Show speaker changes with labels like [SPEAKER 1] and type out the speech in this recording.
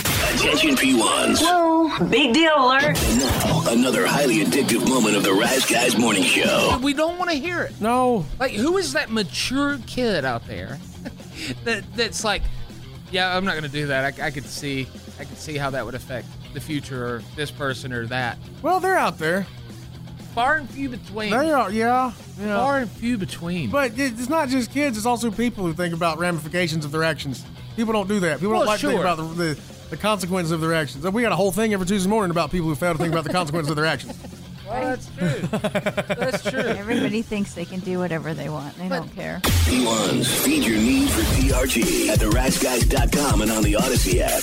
[SPEAKER 1] Attention P1s.
[SPEAKER 2] Whoa, big deal alert.
[SPEAKER 1] Now, another highly addictive moment of the Rise Guys Morning Show.
[SPEAKER 3] We don't want to hear it.
[SPEAKER 4] No.
[SPEAKER 3] Like, who is that mature kid out there that that's like, yeah, I'm not gonna do that. I, I could see, I could see how that would affect the future or this person or that.
[SPEAKER 4] Well, they're out there.
[SPEAKER 3] Far and few between.
[SPEAKER 4] They are, yeah. yeah.
[SPEAKER 3] Far and few between.
[SPEAKER 4] But it- it's not just kids, it's also people who think about ramifications of their actions. People don't do that. People
[SPEAKER 3] Well,
[SPEAKER 4] don't like to
[SPEAKER 3] sure.
[SPEAKER 4] think about the, the, the consequences of their actions. We got a whole thing every Tuesday morning about people who fail to think about the consequences of their actions.
[SPEAKER 3] Well, that's true. that's true.
[SPEAKER 5] Everybody thinks they can do whatever they want. They don't care.
[SPEAKER 1] P1s, feed your need for PRG at theriseguys.com and on the Odyssey app.